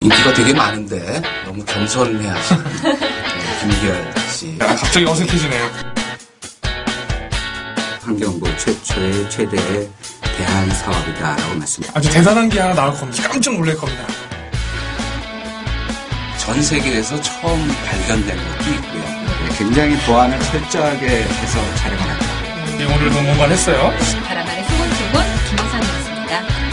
인기가 되게 많은데 너무 겸손해하시는 네, 김기열 씨 야, 아, 갑자기 어색해지네요. 환경부 최초의 최대의 대한 사업이다라고 말씀드립니다. 아주 대단한 게 하나 나올 겁니다. 깜짝 놀랄 겁니다. 전 세계에서 처음 발견된 것도 있고요. 굉장히 보안을 철저하게 해서 촬영을 합니다. 네, 오늘도 뭔가 했어요. 바람 아래 소곤소곤 김호상이었습니다.